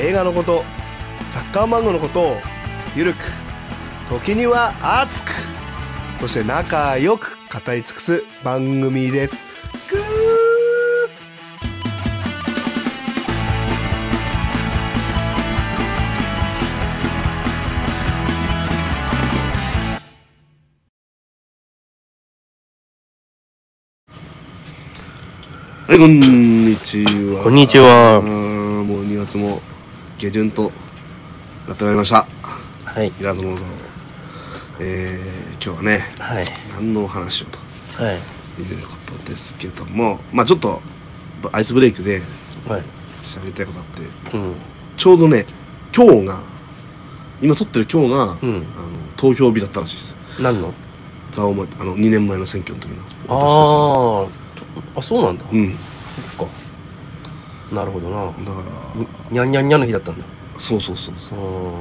映画のことサッカー漫画のことをゆるく時には熱くそして仲良く語り尽くす番組ですぐーはい、こんにちは。こんにちはあーもう2月も下旬となってまいりましたはい。平野のえー、今日はねはい。何のお話をとはい。いうことですけどもまあちょっとアイスブレイクではい。喋りたいことあってうん。ちょうどね今日が今撮ってる今日が、うんあの投票日だったらしいです何のザオマあの2年前の選挙の時のあのあ。あ、そうなんだ。うんだそっか。なるほどな。からにゃんにゃんにゃんの日だったんだ。そうそうそうそううん。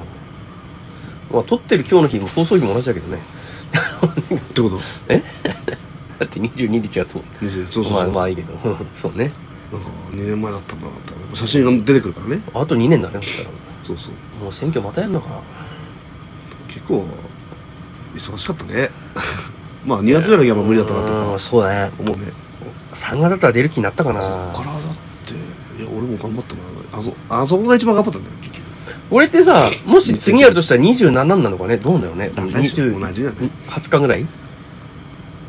まあ、撮ってる今日の日も放送日も同じだけどね。ってことえ だって22日やと思二十そうそうまそあ、う、まあいいけど。 そうね。なんか2年前だったんだなって写真が出てくるからねあと2年だね、そしたら。そうそうもう選挙またやんのか。結構忙しかったね まあ2月ぐらいが無理だったなとうん、そうだね。思うね3月だったら出る気になったかな。これはだっていや俺も頑張ったなあそあそこが一番頑張ったんだよ結局俺ってさ、もし次やるとしたら27なのかね。どうだよね。だ大丈20夫同じだね20日ぐらい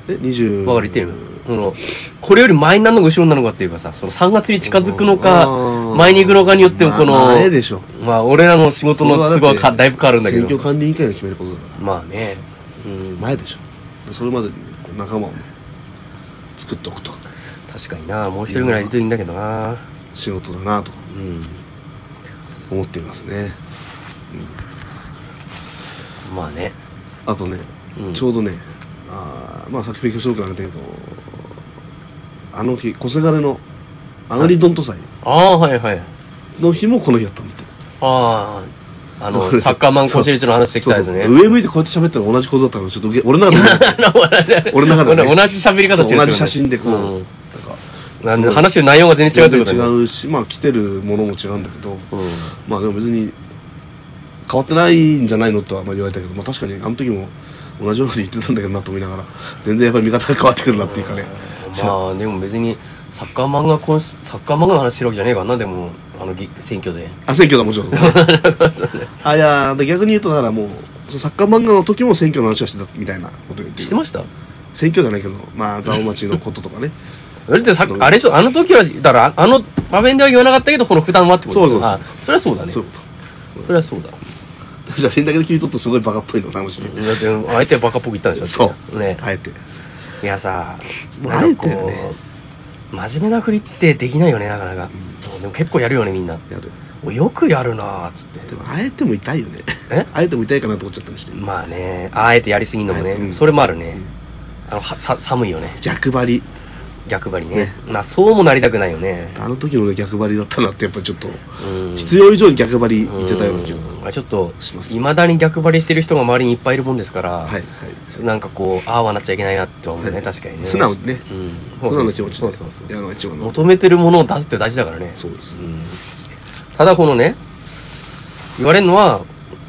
え20わかりてるそのこれより前になるのか後ろになるのかっていうかさその3月に近づくのかうん前に行くのかによってもこの、まあ前でしょまあ俺らの仕事の都合はそれはだかってだいぶ変わるんだけ選挙ど管理委員会が決めることだかまあねうんら前でしょそれまでにこう仲間をね作っておくと確かになもう一人ぐらいいるといいんだけどな仕事だなとうん思っていますねまあねあとね、うんちょうどねあーまあさっき勉強しようかなったけどあの日小せがれのあがりどんと祭ああーはいはいの日もこの日だったんだってあああ そうのですサッカーマンコーチ率の話してきたやつねそう そうそう上向いてこうやって喋ったら同じ構造だったのちょっとげ俺の中で俺の中で、ね、 同じ喋り方してるそう同じ写真でこう、んななんんかで話してる内容が全然違うって全ことだね然違うしまあ来てるものも違うんだけど、うんまあでも別に変わってないんじゃないのとはまあ言われたけど、まあ、確かにあの時も同じように言ってたんだけどなと思いながら全然やっぱり見方が変わってくるなって いうかね、まあでも別にサッカー漫画コンサッカー漫画の話してるわけじゃねえからなでもあのぎ選挙であ選挙だもち ろんあいやーで逆に言うとだからもうそのサッカー漫画の時も選挙の話はしてたみたいなこと言って知るってました選挙じゃないけどまあ蔵王町のこととかねあれってさあれでしょあの時はだからあの場面では言わなかったけどこの普段はってことでしょそうそうそうあそれはそうだねそそういう ことれはそうだ写真だけで切り取ってすごいバカっぽいの楽しいだって相手はバカっぽく言ったんでしょそうねあえていやさ慣れてるねなんかこう真面目なふりってできないよねなかなか、でも結構やるよねみんなやるおよくやるなーっつってでもあえても痛いよね えあえても痛いかなと思っちゃったりしてまあねあえてやりすぎんのもね、あえてうんそれもあるね、あのはさ寒いよね逆張り逆張りねねまあそうもなりたくないよねあの時の俺逆張りだったなってやっぱちょっとうん必要以上に逆張りいってたような気がうんまあちょっとしますいまだに逆張りしてる人が周りにいっぱいいるもんですから、はいはいなんかこうああはなっちゃいけないなって思うね、はい確かにね素直にねうん、素直な気持ちそでうそうそうやるのが一番の求めてるものを出すって大事だからねそうですうんただこのね言われるのは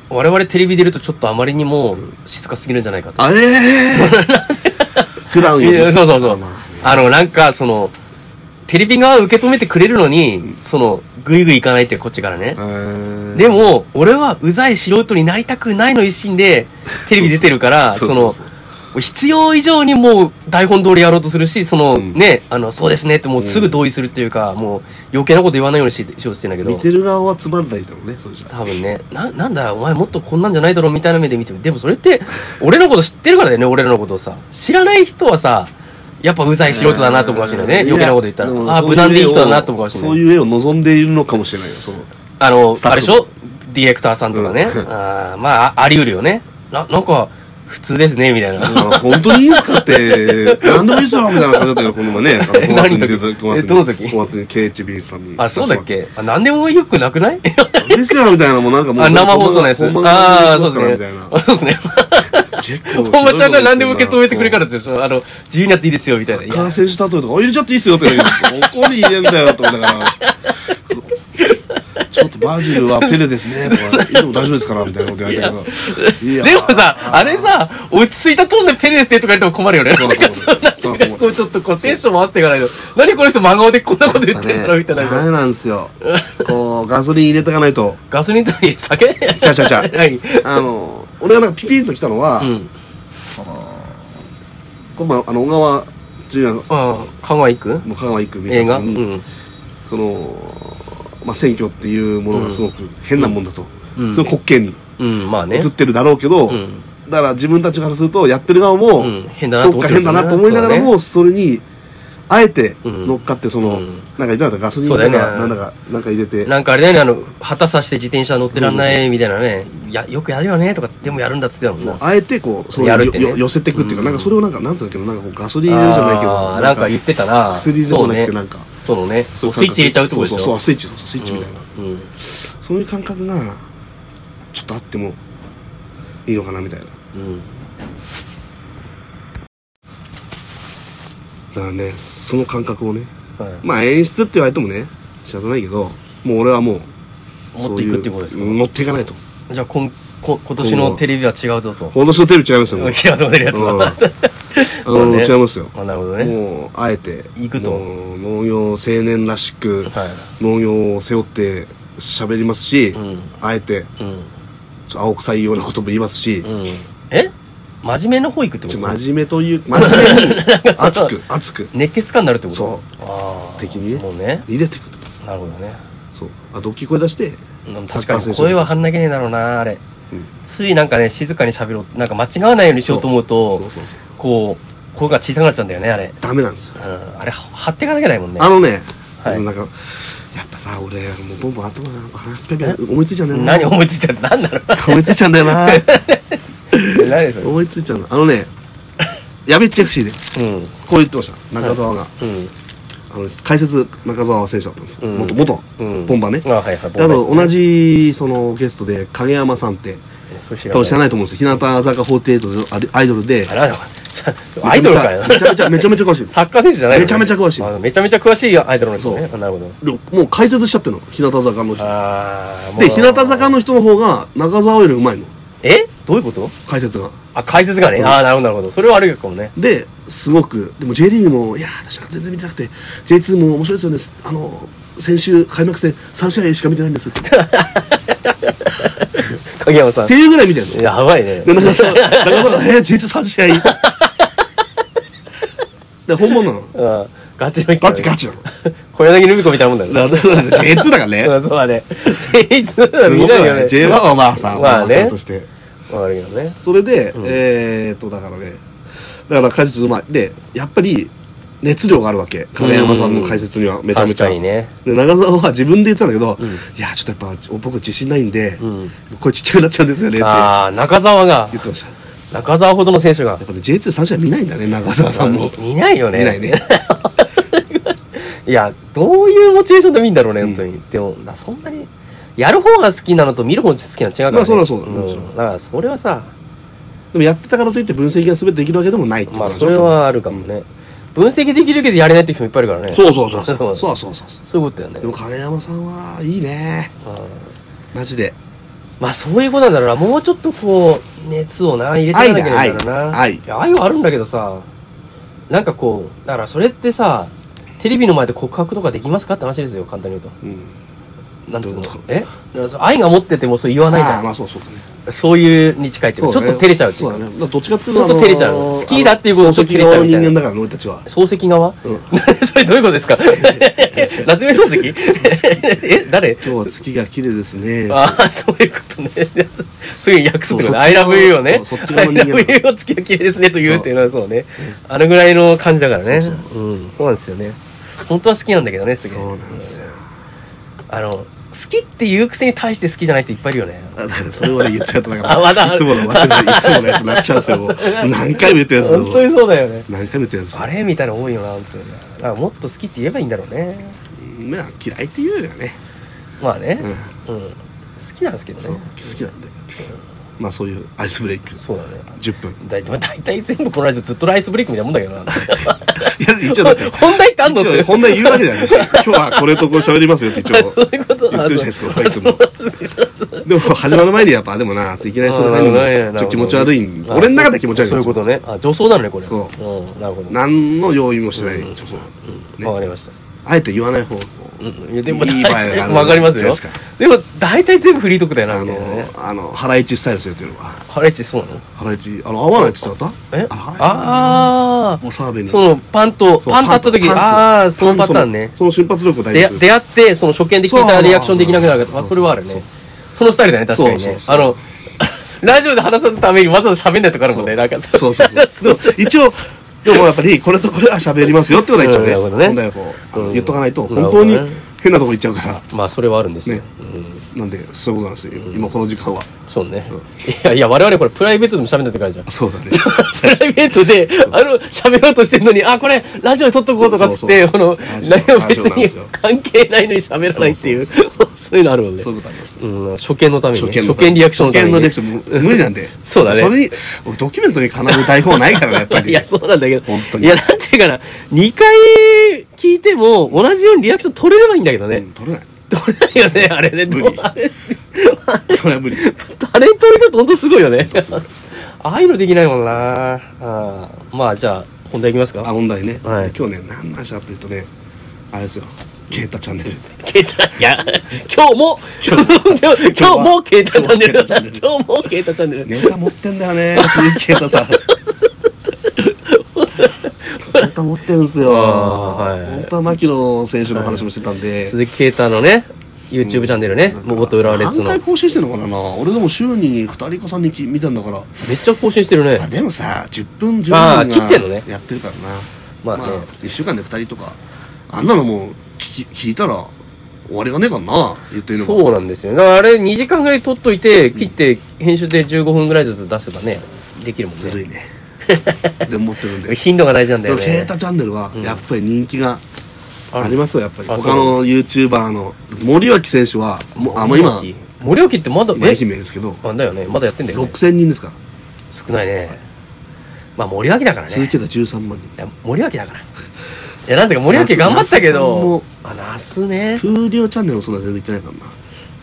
我々テレビ出るとちょっとあまりにも静かすぎるんじゃないかと、あれー 普段よいやりそうそうそう、まああのなんかそのテレビ側は受け止めてくれるのに、そのグイグイいかないってこっちからね、えーでも、俺はうざい素人になりたくないの一心で、テレビ出てるから、そ そうそうのそうそう、必要以上にもう台本通りやろうとするし、その、んね、あの、そうですねってもうすぐ同意するっていうか、もう余計なこと言わないようにししようとしてんだけ見ど、てる側はつまんないだろうねそれじゃ多分ね、な、なんだ、お前もっとこんなんじゃないだろうみたいな目で見ても、でもそれって、俺のこと知ってるからだよね、俺らのことをさ。知らない人はさ、やっぱうざい素人だなと思うかもしれないね。余計なこと言ったら。ああー、無難でいい人だなと思うかもしれない。そういう絵を望んでいるのかもしれないよそのあのス、タッあフれでしょディレクターさんとかね。うんあーまあ、あり得るよね。な、なんか、普通ですね、みたいな。あ本当にいいんすかって、何でもいいっすよみたいな感じだったけど、この前ね、あの5え月に何の時出た、5え月に、どの時 ?5 月に KHB さんに。あ、そうだっけあ、なんでもよくなくない何ですよみたいな、もうなんかもう。あ、生放送のやつ。ほんまにああ、そうほんまにですほんねま。あそうですね。にみたいな。結構。本間ちゃんが何でも受け止めてくれるからですよ。そのあの、自由にやっていいですよ、みたいな。いや感染した後とか、あ入れちゃっていいっすよって言うけど、ここに入れんだよと思いながら。ちょっとバジルはペレですねとか、いやでも大丈夫ですからみたいなこと言われたけど。いやでもさ、あれさ、落ち着いたトーンでペレですねとか言っても困るよね。そうそうそうなんかそんなそう こうちょっとこうテンションも合わせていかないと。何この人真顔でこんなこと言ってるのみたいダな。メなんですよ。こう、ガソリン入れてかないと。ガソリンとに酒違うちゃうちゃうち ゃう何あの、俺がなんかピピンと来たのは、うん。この前、あの、小川純也ああ、香川行くの香川一区見映た画う時に、ん。その、まあ、選挙っていうものがすごく変なもんだと。うんその滑稽にうん、まあね映っ。てるだろうけど、うん。だから自分たちからするとやってる側も、うん変だなとどっか思って変だるよねなと思いながらそうだも、それに、あえてうん乗っかって、その、うんなんか言ってなかったガソリンそうだだよねか、なんだか、なんか入れて、なんかあれだよね、あの、旗さして自転車乗ってらんないみたいなね。いや、よくやるよね、とか、でもやるんだっつってたもんな。あえてこう、そのやよるってねよ寄せていくっていうか、うんなんかそれをなんか、なんつうんだっけど、なんかこうガソリン入れるじゃないけあど、ーなんか言ってたな。薬でもなくて、そうなねんか、そのね、スそうイいう感覚ッチ入れちゃうってことでしょそうそうそう、スイッチ、そうそうスイッチみたいな。うんうんそういう感覚が、ちょっとあってもいいのかなみたいな。うんだからね、その感覚をね、はいまあ演出って言われてもね、仕方ないけど、もう俺はもう、持っていくっていうことですかそういう乗っていかないと。じゃあこんこ今年のテレビは違うぞと私のテレビ違いますよ、も う。平戸出るやつうんはあの、まあね違いますよ。 あなるほどねもう、あえて、行くともう農業青年らし く、は農業を背負って喋りますし、いうんあえて、うんちょ青臭いようなことも言いますし、うんえ真面目な方行くってこちょと真面目という、真面目 に、熱く、熱く、熱血感になるってことそうああ敵にねもうね入れていくと。なるほどねそう。あ、ドッキリ声出して、うんサッ確カーか選に手声は張んなきゃねえだろうなあれうんついなんかね静かに喋ろうなんか間違わないようにしようと思うそうそうとそう。こう声が小さくなっちゃうんだよねあれダメなんですよ。うんあれ張っていかなきゃいけないもんねあのね、はいなんか、やっぱさ、俺、もうボンボン頭が、ペペ思いついちゃうんだよな。何思いついちゃって何なの思いついちゃうんだよな。 何それ思いついちゃうの。あのね、やべっち FC で、こうんう言ってました。中澤が。うんあの、解説、中澤選手だったんです。うん元、元、うんボンバーね。あはいはいであと、同じ、その、ゲストで、影山さんって、多分知らいないと思うんですよ。日向坂48のアイアイドルであ、れなんださアイドルかよめちゃめちゃ、めちゃめちゃ詳しいです。サッカー選手じゃないのめちゃめちゃ詳しいあめちゃめちゃ詳しいアイドルの人ねそあなるほどでももう解説しちゃってるの、日向坂の人。あーで、もう日向坂の人の方が、中澤よりうまいの、えどういうこと解説が。あ解説がねああなるほどなるほどそれはあるかもねで、すごく、でも J リーグも、いやー、私なんか全然見てなくて、J2 も面白いですよね、あの、先週、開幕戦、3試合しか見てないんですって。っ影山さんていうぐらい見てるの。やばいねで、中澤、中澤が、えー、J23 試 合。で、本物なの。うんガチの人ガだねチガチなの。小柳ルミ子みたいなもんだよねだだだだ J2 だからね。うんそうだね J2 すご 見くなないいよね J1 はまあさ、まあね若手として。わかるけどねそれで、えーっと、だからね、だから解説うまい。で、やっぱり、熱量があるわけ。影山さんの解説にはめちゃめ確ちゃ。かにねで長澤は自分で言ってたんだけど、んいやちょっとやっぱ僕自信ないんで、うんこれちっちゃくなっちゃうんですよねってああ中澤が言ってましたや中澤ほどの選手がっぱね J23 試合見ないんだね長澤さんも見見ないよね見ないねいやどういうモチベーションで見んだろうね本当に、でもなそんなにやる方が好きなのと見る方が好きなの違うから、ねまあそうだそうだもちろんん、だからそれはさでもやってたからといって分析が全てできるわけでもないってことまあなんでしょそれはあるかもね、分析できるけどやれないって人もいっぱいいるからねそうそうそうそう そそううそうそうそうそういうことだよねでも影山さんはいいねうんマジでまあそういうことなんだろうなもうちょっとこう熱をな入れていかなきゃいけないんだろうな愛だ愛愛いや愛はあるんだけどさなんかこうだからそれってさテレビの前で告白とかできますかって話ですよ簡単に言うとうんなんつうのどういうこえだからそう愛が持っててもそう言わないじあゃあんまあそうそうだねそういうに近いっていうかそうちだょねっと照れちゃうっていそううかだねだからどっちかっていうちょっと照れちゃうあのー好きだっていうことあをのちょっと照れちゃうみたいな人間だから俺たちは漱石側、 んそれどういうことですか 夏目漱石 え誰今日は月が綺麗ですねああそういうことね すぐに訳すってこそうそっちと「側 I love you」をね「そう そ I っち側の人間 love you」を付き合い綺麗ですねと言うっていうのはそうねあのぐらいの感じだからねそううん、そうなんですよね本当は好きなんだけどねすげえそうなんですよあのきっていうくせに対して好きじゃない人いっぱいいるよね。あだからそれをね言っちゃっただかあまだあらるいつもの忘れていつものやつになっちゃうんです よもう何回も言ってるやつだぞ本当にそうだよね。何回も言ってるやつあれみたいなの多いよな、本当に。だからもっと好きって言えばいいんだろうね。まあ嫌いっていうよりはね、まあねう。ん、うん。好きなんですけどそうね好。きなんでまあそういうアイスブレイクそうだね。 10分だいたい全部このラジオずっとライスブレイクみたいなもんだけどな。いや一応だって 本題ってあんのっ一て応。本題言うわけじゃない ですよ今日はこれとこれ喋りますよって一あ応そういうこと言ってるじゃないですかいつもあそうそうそうでも始まる前にやっぱでもなあいきなりそのタイミングあーなるちょほどっと気持ち悪いんあ俺の中では気持ち悪いんそでういうすよことね。あ、女装なのね、これ。そうん。なるほど。何の用意もしてないちょっとうんねわかりました。あえて言わない方をうん。いや、でも、いい場合があるわかりますよじゃないで。でも、大体全部フリートークだよな、あみのたいなね。あのハライチスタイルですよっていうのはハレッチそうなのハライチあの合わないって言ってなかったえあのハライチあもう澤部あにそのパンとそうパンとあった時にパンとああそのパンパとターンねそのその瞬発力を大事でにする出会ってその初見で聞いたそらうリアクションできなくなるからそうあそれはあるねそのスタイルだね確かにそうそねうそうあのラジオで話すためにわざわざ喋んないとかあるもんねなんかそうそうそうそう 一応でもやっぱりこれとこれは喋りますよってことは一応ねうんなるほどね問題はこうあうのん言っとかないとなる本ほど当ねに変なとこ行っちゃうから まあそれはあるんですよねうんなんでそういうことなんですよ今この時間はそうねいやいや我々これプライベートでも喋んないとかあるじゃん そうだねプライベートで、あの、喋ろうとしてるのに、あ、これ、ラジオで撮っとこうとかっつって、そうこの、ラジオ何ラも別ジオなんですによ関係ないのに喋らないっていう、そうそう そういうのあるもんねそ。ういうことありますうん、初見のためにね、初見ためリアクションのため初見のにね。リアクション無理なんでそうだねそれに俺ドキュメントにかなう台本はないからねやっぱりいや、そうなんだけど本当。いにや、なんていうかな、2回聞いても、同じようにリアクション取れればいいんだけどうねん。取れな取れないよね、あれね。無理どうあれ、いそれは 無理あれ取れたと本当すごいよねすごい。ああいうのできないもんな。あーまあ、じゃあ、本題いきますあか。問題ね、はい今日ね何の話だっていうとねあれですよケータチャンネルケータ、いや、今日も、 今日今日もケータチャンネル。今日もケータチャンネル。ネタ持ってんだよね鈴木ケータさんネタ持ってんすよ、あーはい本当は牧野選手の話もしてたんで、鈴木ケータのね、YouTube チャンネルね、もごと浦和レッズ何の。回めっ更新してんのかな俺でも週に2人か3人き見たんだからちゃ更新してるあね。でもさ10分あ10ー切ってんの分ねがやってるからなまあね1週間で2人とかあんなのもう聞き聞いたら終わりがねえからな言ってるのがそうなんですよ。だからあれ2時間ぐらい撮っといて、切って、編集で15分ぐらいずつ出せばね、できるもんずね。るいねで思って るんで頻度が大事なんだでよもケーね。タチャンネルはやっぱり人気がうんありますよやっぱりあ他の YouTuber の森脇選手はもうあもう今森脇森脇ってまだ、今愛え媛ですけどあ、だよね。まだやってんだよね。 6000人ですから少ないね。まあ森脇だからね。鈴木ケータ13万人いや森脇だからいやなんていうか森脇頑張ったけどあナスねトゥーリオチャンネルもそんな全然言ってないか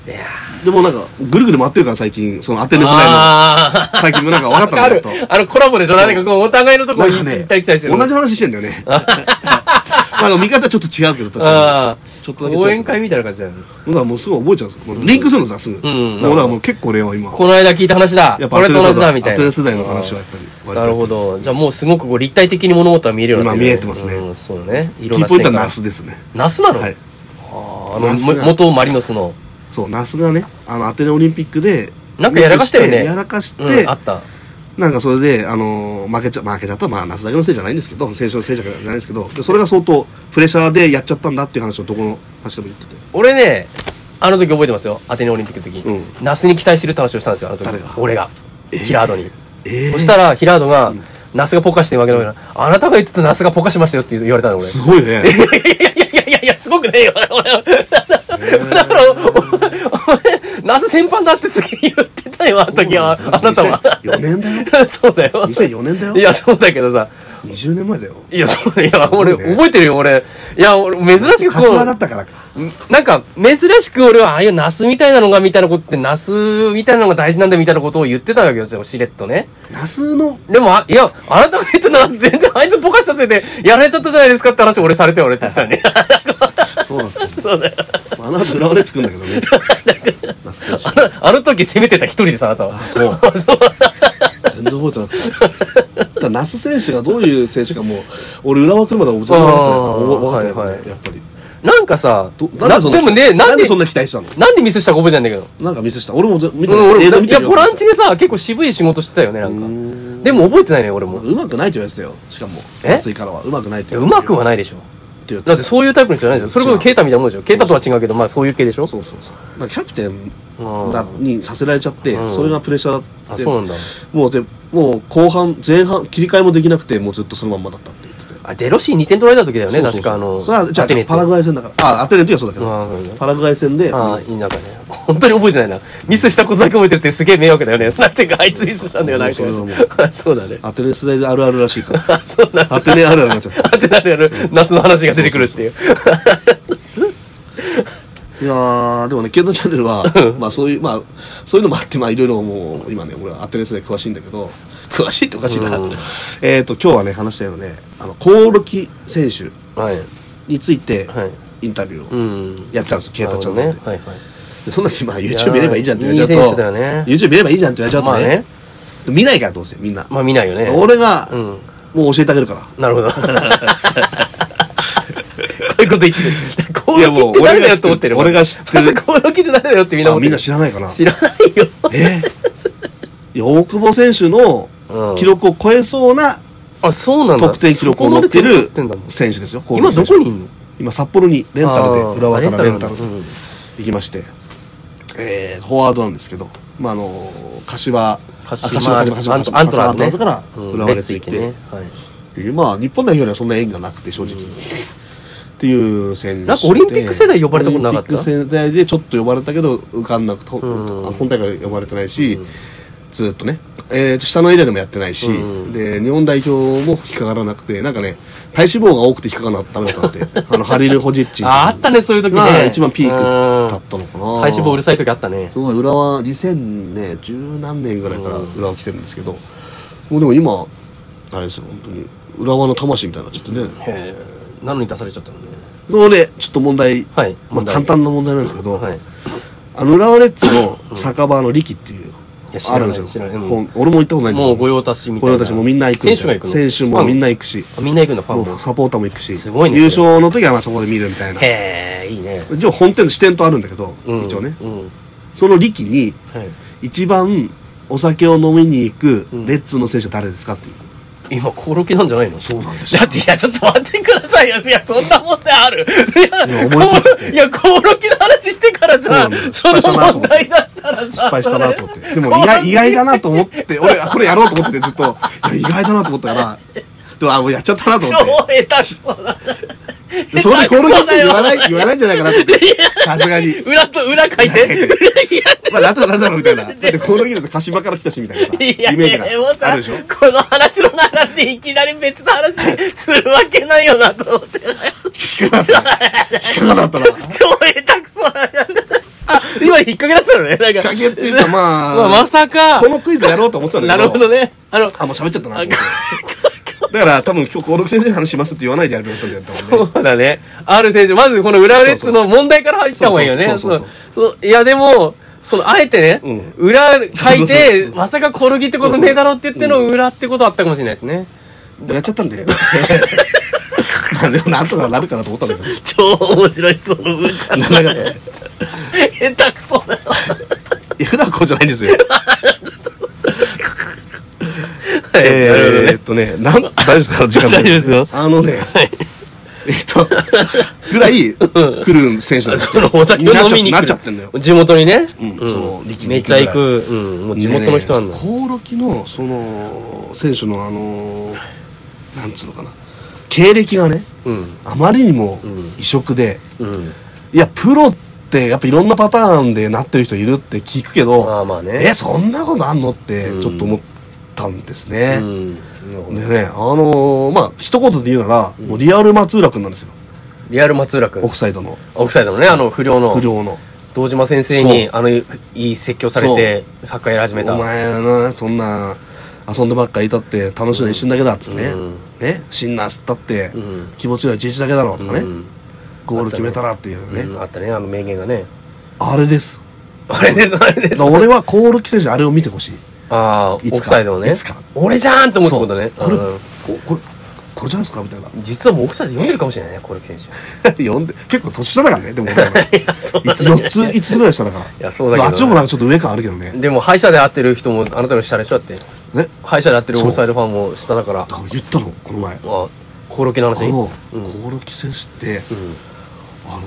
らいやなでもなんかぐるぐる回ってるから最近その当ての世代のあー最近もなんか分かったあんだるよとあのコラボでしょなんかこうお互いのとこな行んかっね、たり来たりしてる同じ話してんだよ ね。まあでも見方ちょっと違うけど、確かあに。あちょっとだけ違うけど講演会みたいな感じだよねだからもうすぐ覚えちゃうんですよ。もうリンクするのさ、すぐ。んうんだから俺はもう結構俺は今。この間聞いた話だやっぱこれと同じだみたアいトなレ世代の話はやっぱり割と。なるほどじゃあもうすごくこう立体的に物事は見えるようにな今見えてますねうんそうねキ色ーポイントはナスですね。ナスなの、はい。あーあナスのがも元マリノスのそう、ナスがね、あの、アテネオリンピックで、なんかやらかしたよねミスてやらかしうてん、あったなんかそれで、あのー負けちゃ、負けちゃった、まあ、ナスだけのせいじゃないんですけど、選手のせいじゃないんですけど、でそれが相当プレッシャーでやっちゃったんだっていう話をどこの話でも言ってて。俺ねあの時覚えてますよアテネオリンピックの時、うんナスに期待してるって話をしたんですよあの時誰が俺がえーヒラードに、ええそしたらヒラードが、ナスがポカしてるわけだから、あなたが言ってたナスがポカしましたよって言われたの俺すごいね。いやいやいやいやいやすごくねえよ俺俺だから俺ナス先輩だってすげえ言ってたよあの 時はあなたは4年だよ。そうだよ2004年だよいやそうだけどさ20年前だよ。いやそういやすごい俺ね覚えてるよ俺いや俺珍しくこう柏だったからか。なんか、珍しく俺は、ああいうナスみたいなのが、みたいなことって、ナスみたいなのが大事なんだ、みたいなことを言ってたわけよ、ちょっとしれっとね。ナスの、でも、あいや、あなたが言ったのは全然、あいつぼかしたせいで、やられちゃったじゃないですかって話俺されて、俺って言ったね。そうなんですよ。そうだよ。あの後、浦和レッズ来るんだけど ね。ナス選手。あのあの時攻めてた一人でさ、あなたは。 そう。全然覚えてなかった。だから那須選手がどういう選手かもう、俺、浦和来るまで覚えてなかったから、分かあーっはたいよはね、いやっぱり。なんかさ、どなでもね、ななんんででそんな期待したのなんでミスしたか覚えてないんだけど。なんかミスした。俺もぜ見てうるん、俺映像も、見いてるや、よボランチでさ、結構渋い仕事してたよね、なうーんか。んでも覚えてないね、俺も。うまくないって言われてたよ。しかも、え暑いからは。うまくないってい言やうわれまてくはないでしょ。ってやつだってそういうタイプの人じゃないでしょそれこそケイタみたいなもんでしょケイタとは違うけどまあそういう系でしょそうそうそうだからキャプテンうんだにさせられちゃって、うんそれがプレッシャーだあってそうなんだもうでもう後半前半切り替えもできなくてもうずっとそのまんまだったって言っててあデロシー2点取られた時だよねそうそう確かあのそれはじゃあアテネとパラグアイ戦だからあアテネの時はそうだけどあそうだパラグアイ戦でああ、いいなんかね。本当に覚えてないな。ミスしたことだけ覚えてるってすげえ迷惑だよね。なんていうか、あいつミスしたんだよな、うんみたいな それはそうだね。アテネ世代であるあるらしいからあ、そうなんだ。アテネあるあるになっちゃ ったあってなるやる、ナスの話が出てくるっていう。いやーでもね「ケンタチャンネル は」まあそういうまあそういうのもあってまあいろいろもう今ね俺はアテレスで詳しいんだけど 詳しいっておかしいな、うん えっと今日はね話したようねあの興梠選手はい。についてはいインタビュうーをん。やってたんですよ、ケンタチャンネルなでるほどね。はいはい。でそんなにまあ YouTube 見ればいいじゃんって言われいちやーゃいいう選手だとよね YouTube 見ればいいじゃんって言われちゃうとまあね,、ね。見ないからどうせみんな、まあ見ないよね。俺が、うんもう教えてあげるからなるほど。 こういうこと言ってる。コオいロやもキっうて誰だよって思ってる。俺が知ってるまずコオロキって誰だよってみんなあ思ってみんるな知らないかな知らない よ。えーいや大久保選手のうん記録を超えそうな、あ、そうなんだ。得点記録を持ってそこまでる得点取ってんだもん選手ですよ。今どこにいんの今札幌にレンタルあーで浦和からレンタルあでレなんだ行きまして、えー、フォワードなんですけど、まああの柏鹿あ島鹿島鹿島アントアントラーズね鹿島アントラーズからうん浦和レッズ行っレッてズ、行ってねまあ日本代表にはそんな縁がなくて正直。っていう選手でなんかオリンピック世代呼ばれたことなかったオリンピック世代でちょっと呼ばれたけど受かんなくと、んあ本大会呼ばれてないし、ずっとね、えー、と下のエリアでもやってないし、うんで日本代表も引っかからなくてなんかね体脂肪が多くて引っかからなダメだったの であのハリル・ホジッチンああったねそういう時ねが一番ピークうんだったのかな体脂肪うるさい時あったねすごい浦和2010何年ぐらいから浦和来てるんですけど、もうでも今あれですよ本当に浦和の魂みたいになっちゃってねへえなのに出されちゃったのねそれでちょっと問題、はいまあ、問題簡単な問題なんですけど、はいあの浦和レッズの酒場の力っていうや知らないあるんです知よらないうん本俺も行ったことないんだけもどう御用達みこたいなれ私もみんな行く選手が行くの選手もみんな行くしあみんな行くんだファンももうサポーターも行くしすごいね優勝の時はまあそこで見るみたいなへえいいね一応本店の支店とあるんだけど、うん一応ねうんその力にはい一番お酒を飲みに行くんレッツの選手は誰ですかっていう、今コロキなんじゃないのそうなんですよだって、いや、ちょっと待ってくださいよ。いや、そんな問題ある。いいや思いついちゃっていや、コオロキの話してからさ、そうそなのの失敗したなと思って問題出したらさ、失敗したなと思ってで も意外意外だなと思って俺あこれやろうと思っててずっといや意外だなと思ったからでもあもうやっちゃったなと思って超下手しそうだ。でそこで下手こくのそ曲だ言よわない言わないんじゃないかなと思ってさすがに裏と裏書いて。いまあ、なんとかなるだろうみたいな。 だって、この時だって鹿島から来たし、みたいなさ、や、いや、イメージがでもあさるでしょ。この話の中でいきなり別の話するわけないよなと思って。引っかかった。引っかかったな。引っ超下手くそだよ。あ、今引っ掛けだったのね。なん掛か。けっていうか、まあ、まあ、まさかこ。のクイズやろうと思ってたんだなけるど。ほどね。あの、あ、もう喋っちゃったなと思って。だから、多分今日、登録先生の話しますって言わないでやるべきだったんだよね。そうだね。ある選手、まずこの浦和レッズの問題から入った方がいいよね。そうそそううそうそういや、でも、その、あえてね、うん裏書いて、まさかコルギってことねえだろって言っての裏ってことあったかもしれないですね。 やっちゃったんだよ。まあ、でも、なんとかなるかなと思ったんだけど。超面白い、そのうんちゃん。ならなかった。下手くそだよ。いや、普段こうじゃないんですよ。えなるほどえー、ねっ。とね、なん、大丈夫ですか時間大丈夫ですよあのね、えっと、ぐらい来る選手なんですそよのお酒を飲みに来なっるちゃってんだよ。地元にね。うんその力めっちゃ行く。うん。もう地元の人なんだ。でね興梠の、その、選手のあの、なんつうのかな、経歴がね、うん。あまりにも異色で、うん。いや、プロってやっぱいろんなパターンでなってる人いるって聞くけど、まあまあねえ、そんなことあんのってちょっと思ったんですね。うん。でね、あのーまあ、一言で言うなら、もうリアル松浦君なんですよ。リアル松浦君オ。フサイドの、奥さんでもね、あの、不良の。不良の。堂島先生にあのいい説教されてサッカーやり始めたお前はな、そんな、遊んでばっかいたって楽しいの一瞬だけだっつってね。うんね、シンナー吸ったって、うん気持ちが一日だけだろうとかね、うんゴール決めたらっていうね。うんあったねあの名言がねあれです。あれですあれでだすから俺はコールキ選手あれを見てほしい。ああいつかオフサイドのねいつか俺じゃんと思ったことねそうこれ、うこんこれ、これじゃないですかみたいな。 実はもうオフサイド読んでるかもしれないねコルキ選手呼んで、結構年下だからね、でも俺は。 いやそういつ、四つ、5つぐらい下だから。いやそうだけどねあっちの方がなんかちょっと上感あるけどね。でも歯医者で会ってる人もあなたの下でしょだってね。歯医者で会ってるオフサイドファンも下だからだから言ったの、この前。あコロケの話あのうん興梠選手って、うんあの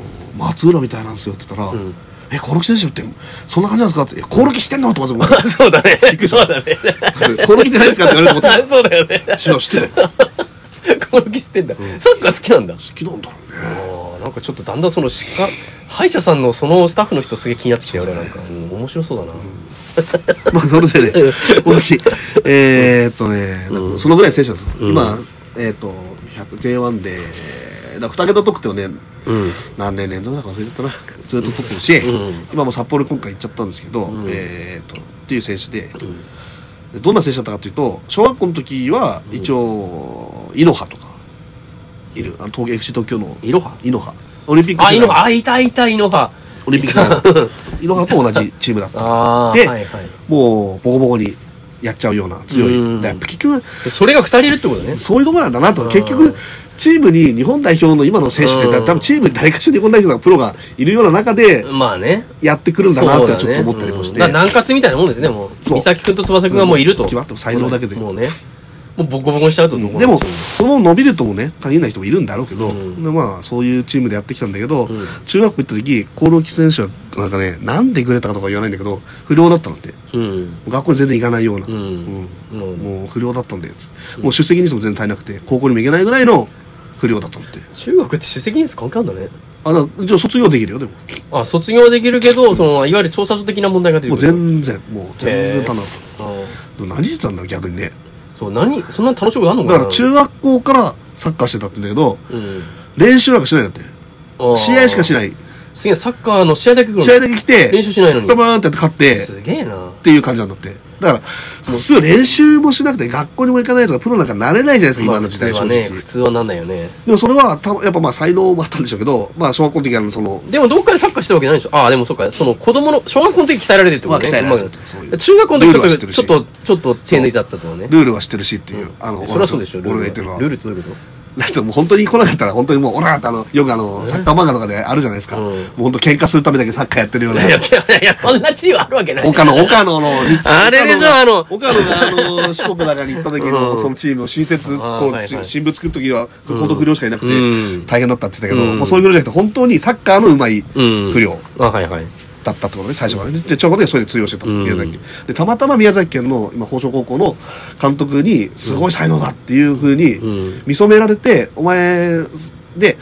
松浦みたいなんですよって言ったら「んえ興梠選手ってそんな感じなんですか?」って「いや興梠してんの?」と思ってあ そうだね。そうだね。僕 興梠ってないですか?」って言われると思っ そうだよね。て「知らん知ってる好 コロキしてんだ。サッカー好きなんだ。きなんだろうね」あーなんかちょっとだんだんその歯科歯医者さんのそのスタッフの人すげえ気になってきたよ俺なんか、うん面白そうだな、まあ、そのせいで、この日、えーっとね、うんそのぐらい選手なんですよ。うん今、えーっと、100 J1 で、だから二桁得点をね、何年連続だか忘れてたな、ずっと取ってるし、うん今もう札幌に今回行っちゃったんですけど、んえーっと、っていう選手で、でどんな選手だったかというと、小学校の時は、一応、イノハとか、いる、あの東京 FC 東京のイロハイノハ。オリンピックあイ世ノ代ハあいたいたイノハオリンピック世代の イノハと同じチームだった。ああではいはいもうボコボコにやっちゃうような強うんい。だから結局、それが二人いるってことねそういうところなんだなと。うん結局、チームに日本代表の今の選手って、う多ん分チームに誰かしら日本代表のプロがいるような中でまあねやってくるんだなってちょっと思ったりもして。そうだねうんだから南葛みたいなもんですねもうそう美咲君と翼君がもういると決まっても才能だけでもうねもうボコボコにしちゃうとどこでも、その伸びるともね、限らない人もいるんだろうけど、うんでまあ、そういうチームでやってきたんだけど、うん中学校行った時、興梠選手は、なんかね、なんでグレたかとか言わないんだけど、不良だったのって。うん学校に全然行かないような。うんうんもうもう不良だったんで、つってもう出席日数も全然足りなくて、高校にも行けないぐらいの不良だったんで。中学って出席ニュース関係あるんだねあ、だからじゃあ卒業できるよ、でも。あ卒業できるけどそのいわゆる調査書的な問題が出てもうくる全然、もう全然足らなかっあーた。でも何してたんだろう、逆にね。そう何そんな楽しいことあんのかだなから中学校からサッカーしてたってんだけど、うん練習なんかしないんだって。あー試合しかしない。すげえサッカーの試合だけ来るの試合だけ来て、練習しないのにババーンってやって勝って、すげえなっていう感じなんだって。だから、普通練習もしなくて学校にも行かないとか、プロなんかなれないじゃないですか、まあ今の時代、普通正は直ね。普通はなんだよねでもそれは、たやっぱまあ才能もあったんでしょうけど、まあ小学校の時からのその、でもどっかでサッカーしてるわけじゃないでしょああでもそうかその子供の小学校の時鍛えられてるってことね、まあ鍛えられてるうまくそういう中学校の時ルールは知っちてょっとるしちょっとちょっとチェーンでいだったってことねルールは知ってるしっていう、あの、それはそうでしょルー俺ルがは言ってるのは。ルールってどういうことなんてもう本当に来なかったら、本当にもう、おらーってあの、よくあの、サッカー漫画とかであるじゃないですか。うんもう本当喧嘩するためだけサッカーやってるような。 いやいやいやそんな地位はあるわけない岡野、岡野の、日あれでしょあの岡野があの、四国なんかに行った時の、うんそのチームを新設、あーこう、はいはい新聞作る時は、本当不良しかいなくて、うん大変だったって言ってたけど、うんもうそういう不良じゃなくて、本当にサッカーの上手いうん不良。あはいはいだったってことね、最初はね。で、中学でそれで通用してたと、うん宮崎県。で、たまたま宮崎県の、今、宝生高校の監督に、すごい才能だっていうふううんに、見初められて、お前、で、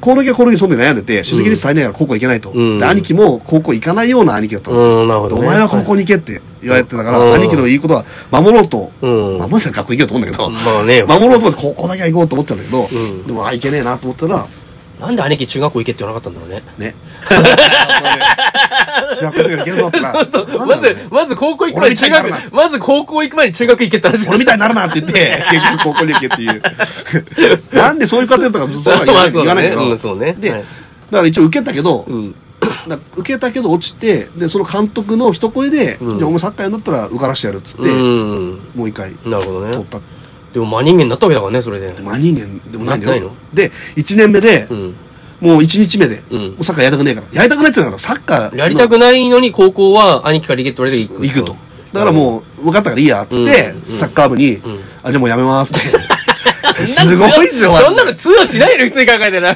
コオロギはコオロギでそんで悩んでて、出席率足りないから高校行けないと。うんで、兄貴も高校行かないような兄貴だったの。うんなるほでど、おね、前は高校に行けって言われてたから、うん兄貴のいいことは守ろうと、うん守らせたら学校行けよと思うんだけど、まあね 守ろうと思って高校だけは行こうと思ってたんだけど、うんでも、あ、行けねえなと思ったら、なんで兄貴中学校行けって言わなかったんだろう ねね。中学とか行けるぞってな。そうそう。なまんだろずうね、まず高校行く前に中俺みたいにな学、まず高校行く前に中学行けって話俺みたいになるなって言 って、結局高校に行けっていう。なんでそういう家庭とか、そうは言わない まあそ言うわだねないけうど。んそうねで、はいだから一応受けたけど、うん。だから受けたけど落ちて、で、その監督の一声で、うんじゃあお前サッカーやるんだったら受からしてやるっつって、うん。もう一回取なるほどね。った。でも真人間になったわけだからね、それで。まあ人間でもないんだないのよ。で、1年目でう、ん。もう1日目で、うんもうサッカーやりたくねえから。やりたくないって言ってたから、サッカー。やりたくないのに高校は兄貴から行けって言われて行く。行くと。だからもう、分かったからいいや、つって、うんサッカー部に、んあ、じゃあもうやめます って。そんなすのご通用いじゃん。そんなの通用しないの普通に考えてな。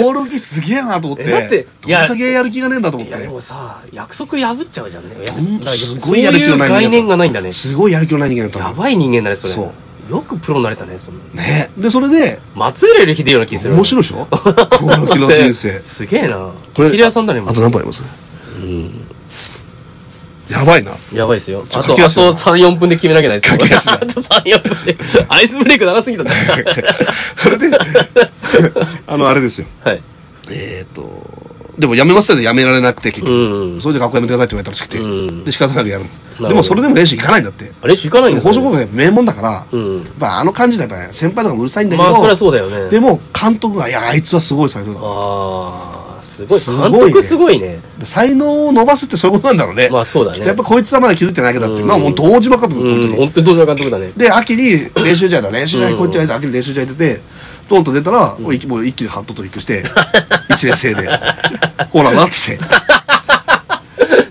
ボールすげえなと思って。えだってどんだけやる気がねえんだと思っいや、でもて。さ、約束破っちゃうじゃんね。約どん束だからすそうごいやる気いのうない人間概念がないんだね。すごいやる気のない人間だったやのばい人間だね、それ。そよくプロになれたね、その。ね。で、それで、松浦よりひでえような気する。面白いでしょこの気の人だっ生て。すげえな。切れ屋さんだね、もうあと何本ありますうん。やばいな。やばいですよ。あと、あ駆とけ足だな3、4分で決めなきゃないですよ。駆け足だ あと3、4分で。アイスブレイク長すぎた んだ。それ で、あの、あれですよ。はい。えーっと、でもやめますって言うとやめられなくて、結う局。ん。それで学校やめてくださいって言われたらしくて。うんで、仕方なくやるほどの。でもそれでも練習行かないんだって。あれ、行かないんだ。放送国会名門だから、うんやっぱあの感じだから先輩とかもうるさいんだけまど、あ、そりゃそうだよね。でも監督が「いやあいつはすごい才能だああ、すごい。すごい監ね督すごいね。」で才能を伸ばすってそういうことなんだろうねまあそうだねきっとやっぱこいつはまだ気づいてないけどだって、うんまあもう堂島かと思う、うん、本当に本当に道場監督だね。で秋に練習試合だ練習試う合んこうやってやると秋に練習試合出てドンと出たら、もう一もう一気にハットトリックして 一年生でほらなっつってだか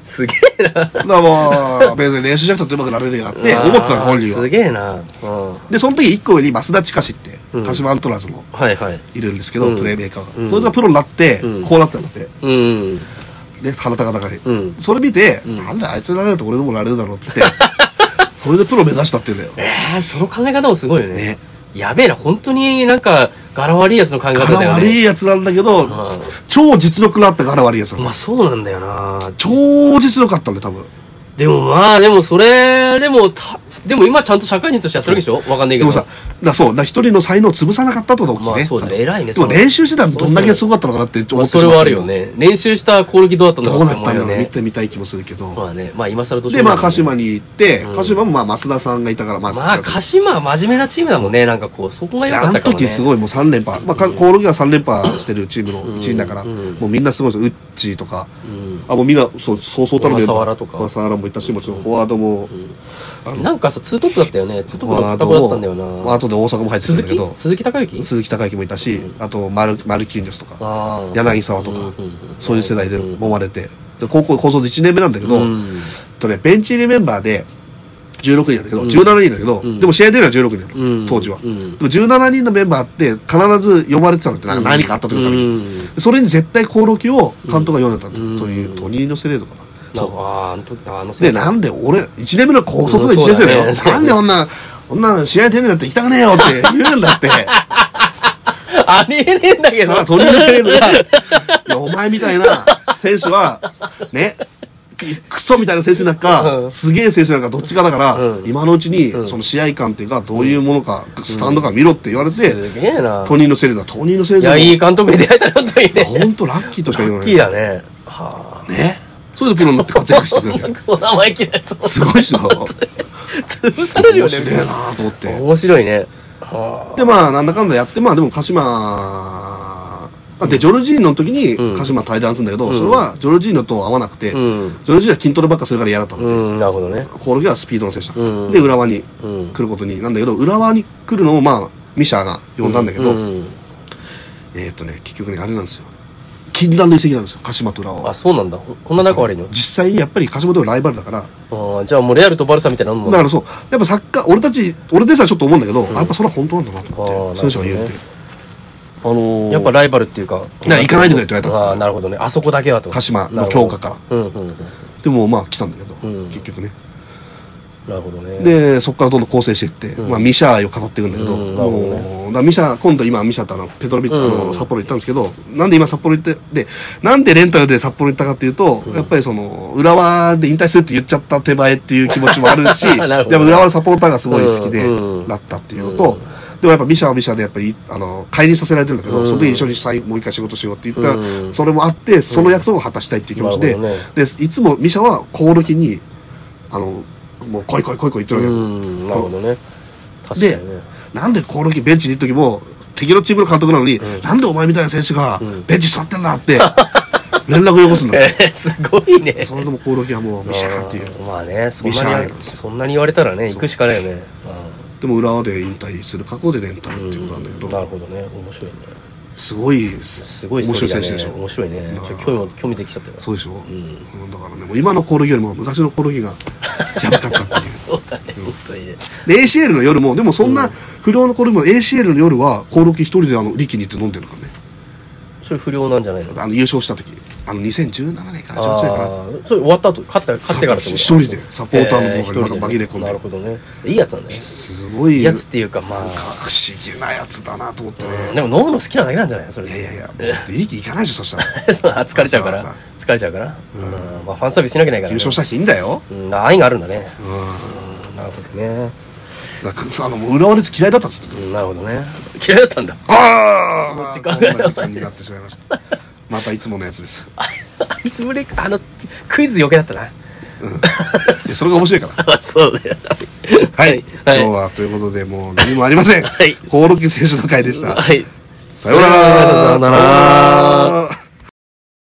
すげえな。らまあ別に練習試合とってうまくなれるようになって思ってたの本人あーすはげえな。うん。でその時一個より増田近志ってうん鹿島アントラーズのはいはい。いるんですけど、うんプレーメーカーが、うんそれがプロになって、うんこうなったんだってうん。ね鼻高々に、うんそれ見て、んなんだあいつられると俺でもなれるだろうっ つってそれでプロ目指したっていうんだよえー、その考え方もすごいよね。ねやべえな、本当になんか、柄悪いやつの考え方柄だよ悪いね。やつなんだけど、ん超実力のあった柄悪いやつなのまあそうなんだよな。超実力あったんだよ多分でもまあ、でもそれ、でもた、でも今ちゃんと社会人としてやってるわけでしょわかんないけでど。もさ、だからそう、だから一人の才能を潰さなかったってことが大きいね。まあそうだね多分偉いねでもそれ練習してたらどんだけすごかったのかなって思ってそれしまはあうるけどよ。ね。練習した攻撃どうだったんだどうろうなってったん思うだろよう、見ね。てみたい気もするけど。まあね、まあ今更とで、まあ、鹿に。島に行って、うん鹿島もまあ、増田さんがいたから、まあ、まあ鹿島は真面目なチームだもんね。なんかこう、そこが良かあっのたかもね。時すごいもう3連覇。まあ、かコオロギが3連覇してるチームの一員だから、うんうんもうみんなすごいですよ。ウッチーとか、うんあ、もうみんな、そう、そうそうたるメンバー。小笠原とか小笠原もいたし、もちろんフォワードも、なんかさ、ツートップだったよね。ツートッフプォのワー片ド方だったんだよも、まあな。後で大阪も入ってたん鈴だけ木ど、鈴木孝之鈴木孝之もいたし、あとマル、マルキーニョスとか。ああ。柳沢とか、うんうんうんそういう世代でうん揉まれて、で高校高卒1年目なんだけど、うんとね、ベンチ入りメンバーで16人なんだけど、うん17人だけど、んでも試合出るのは16人なの、うん当時は、うんでも17人のメンバーって必ず呼ばれてたのってなんか何かあった時のために、うんそれに絶対コオロギを監督が読んでたんだよ、うんというトニーのセレードかな、なんかあーあの時あので選手なんで俺1年目の高卒の1年生だよ、うんそうだなんねでこんなこんな試合出るなんて行きたくねえよって言うんだってありえねえんだけたどだトニーのセレードが いやお前みたいな選手はねクソみたいな選手なんうかんすげえ選手なんかどっちかだから、うん今のうちにその試合感っていうかどういうものか、スタンドから見ろって言われて、すげえなトニーのセレードはトニーのセレーいドやだいい監督に出会えたら本当にね本当ラッキーとしか言わ大なきいいだねはねそれでプロになって 活躍してくれるんだあよクソ生意気なやつすごいっしょ潰されるよ面ね白いなと思って面白いねはでまあなんだかんだやってまあでも鹿島あでジョルジーノの時にうん鹿島対談するんだけど、うんそれはジョルジーノと合わなくて、あうんジョルジーノは筋トレばっかするから嫌だったの、うんなるほどねコオロギはスピードの選手だった、うんで浦和にうん来ることになんだけど浦和に来るのをまあミシャが呼んだんだけど、うんえーっとね結局ねあれなんですよ禁断の移籍なんですよ鹿島と浦和あはそうなんだここんな仲悪いの実際にやっぱり鹿島とライバルだから、あーじゃあもうレアルとバルサみたいなもんだなかんだらそうやっぱサッカー俺たち俺でさえちょっと思うんだけど、あやっぱそれは本当なんだなと思っあーてその人が言うっていうあのーやっぱライバルっていうかな行かないでくれって言われたんですよああなるほどねあそこだけはと鹿島の強化からなるほどうんうんうんでもまあ来たんだけど、うん結局ね。なるほどねで、そこからどんどん構成していって、まあミシャ愛を語っていくんだけど、うんなるほどねもう、だからミシャ、今度今ミシャってあの、ペトロビッチ、あうんの、札幌行ったんですけど、なんで今札幌行って、で、なんでレンタルで札幌行ったかっていうと、やっぱりその、浦和で引退するって言っちゃった手前っていう気持ちもあるし、やっ なるぱほど浦和のサポーターがすごい好きで、うんなったっていうのと、でもやっぱミシャはミシャでやっぱり、あの、帰りさせられてるんだけど、うんその時一緒に再もう一回仕事しようって言ったら、うんそれもあって、その約束を果たしたいっていう気持ちで、うんなるほで、いつもミシャはコオロギに、あの、もう来い来い来い来い言ってるわけよ、うんなるほどね確かでにねなんでコオロギベンチにいる時も敵のチームの監督なのに、なんでお前みたいな選手がベンチ座ってんだって 連絡をよこすんだって、えー、すごいねそれでもコオロギはもうミシャーっていうあーまあねそんミシャなーになんですよそんなに言われたらね行くしかないよねでも浦和で引退する過去でレンタうルっていうことなんだけなど、るほどね面白いねすごいすすごいス面ト白いーリーだ選ね手でしょ面白いねだちかょら興味興味できちゃったよそうでしょ、んうんだからねもう今のコオロギよりも昔のコオロギがやばかったっていう そうだね本当にねで ACL の夜もでもそんな不良のコオロギも ACL の夜はコオロギ一人であの力に行って飲んでるからねそれ不良なんじゃないのあの優勝した時あの2017年から18年かなあーそれ終わった後勝った勝ってからってこと一人でサポーターの方がなんか一人紛れ込んでなるほどねいいやつなんだねすごいいいやつっていうかまあ不思議なやつだなと思ってね、でも飲むの好きなだけなんじゃないそれいやいやいやリキ行かないでしょそしたら そう疲れちゃうからわざわ疲れちゃうからうんまあファンサービスしなきゃいけないから優ね勝した日いいんだよ、うん愛があるんだねうん、うんなるほどねだからあのもう浦和のやつ嫌いだったっつってうんなるほどね嫌いだったんだ たああ時時間間が時間になってしまいましたまたいつものやつですアイスブレイクあのクイズ余計だったなで それが面白いからあそうだよはい、 はい今日はということでもう何もありません、はいコオロギ選手の会でした、はいさようならさようならさようなら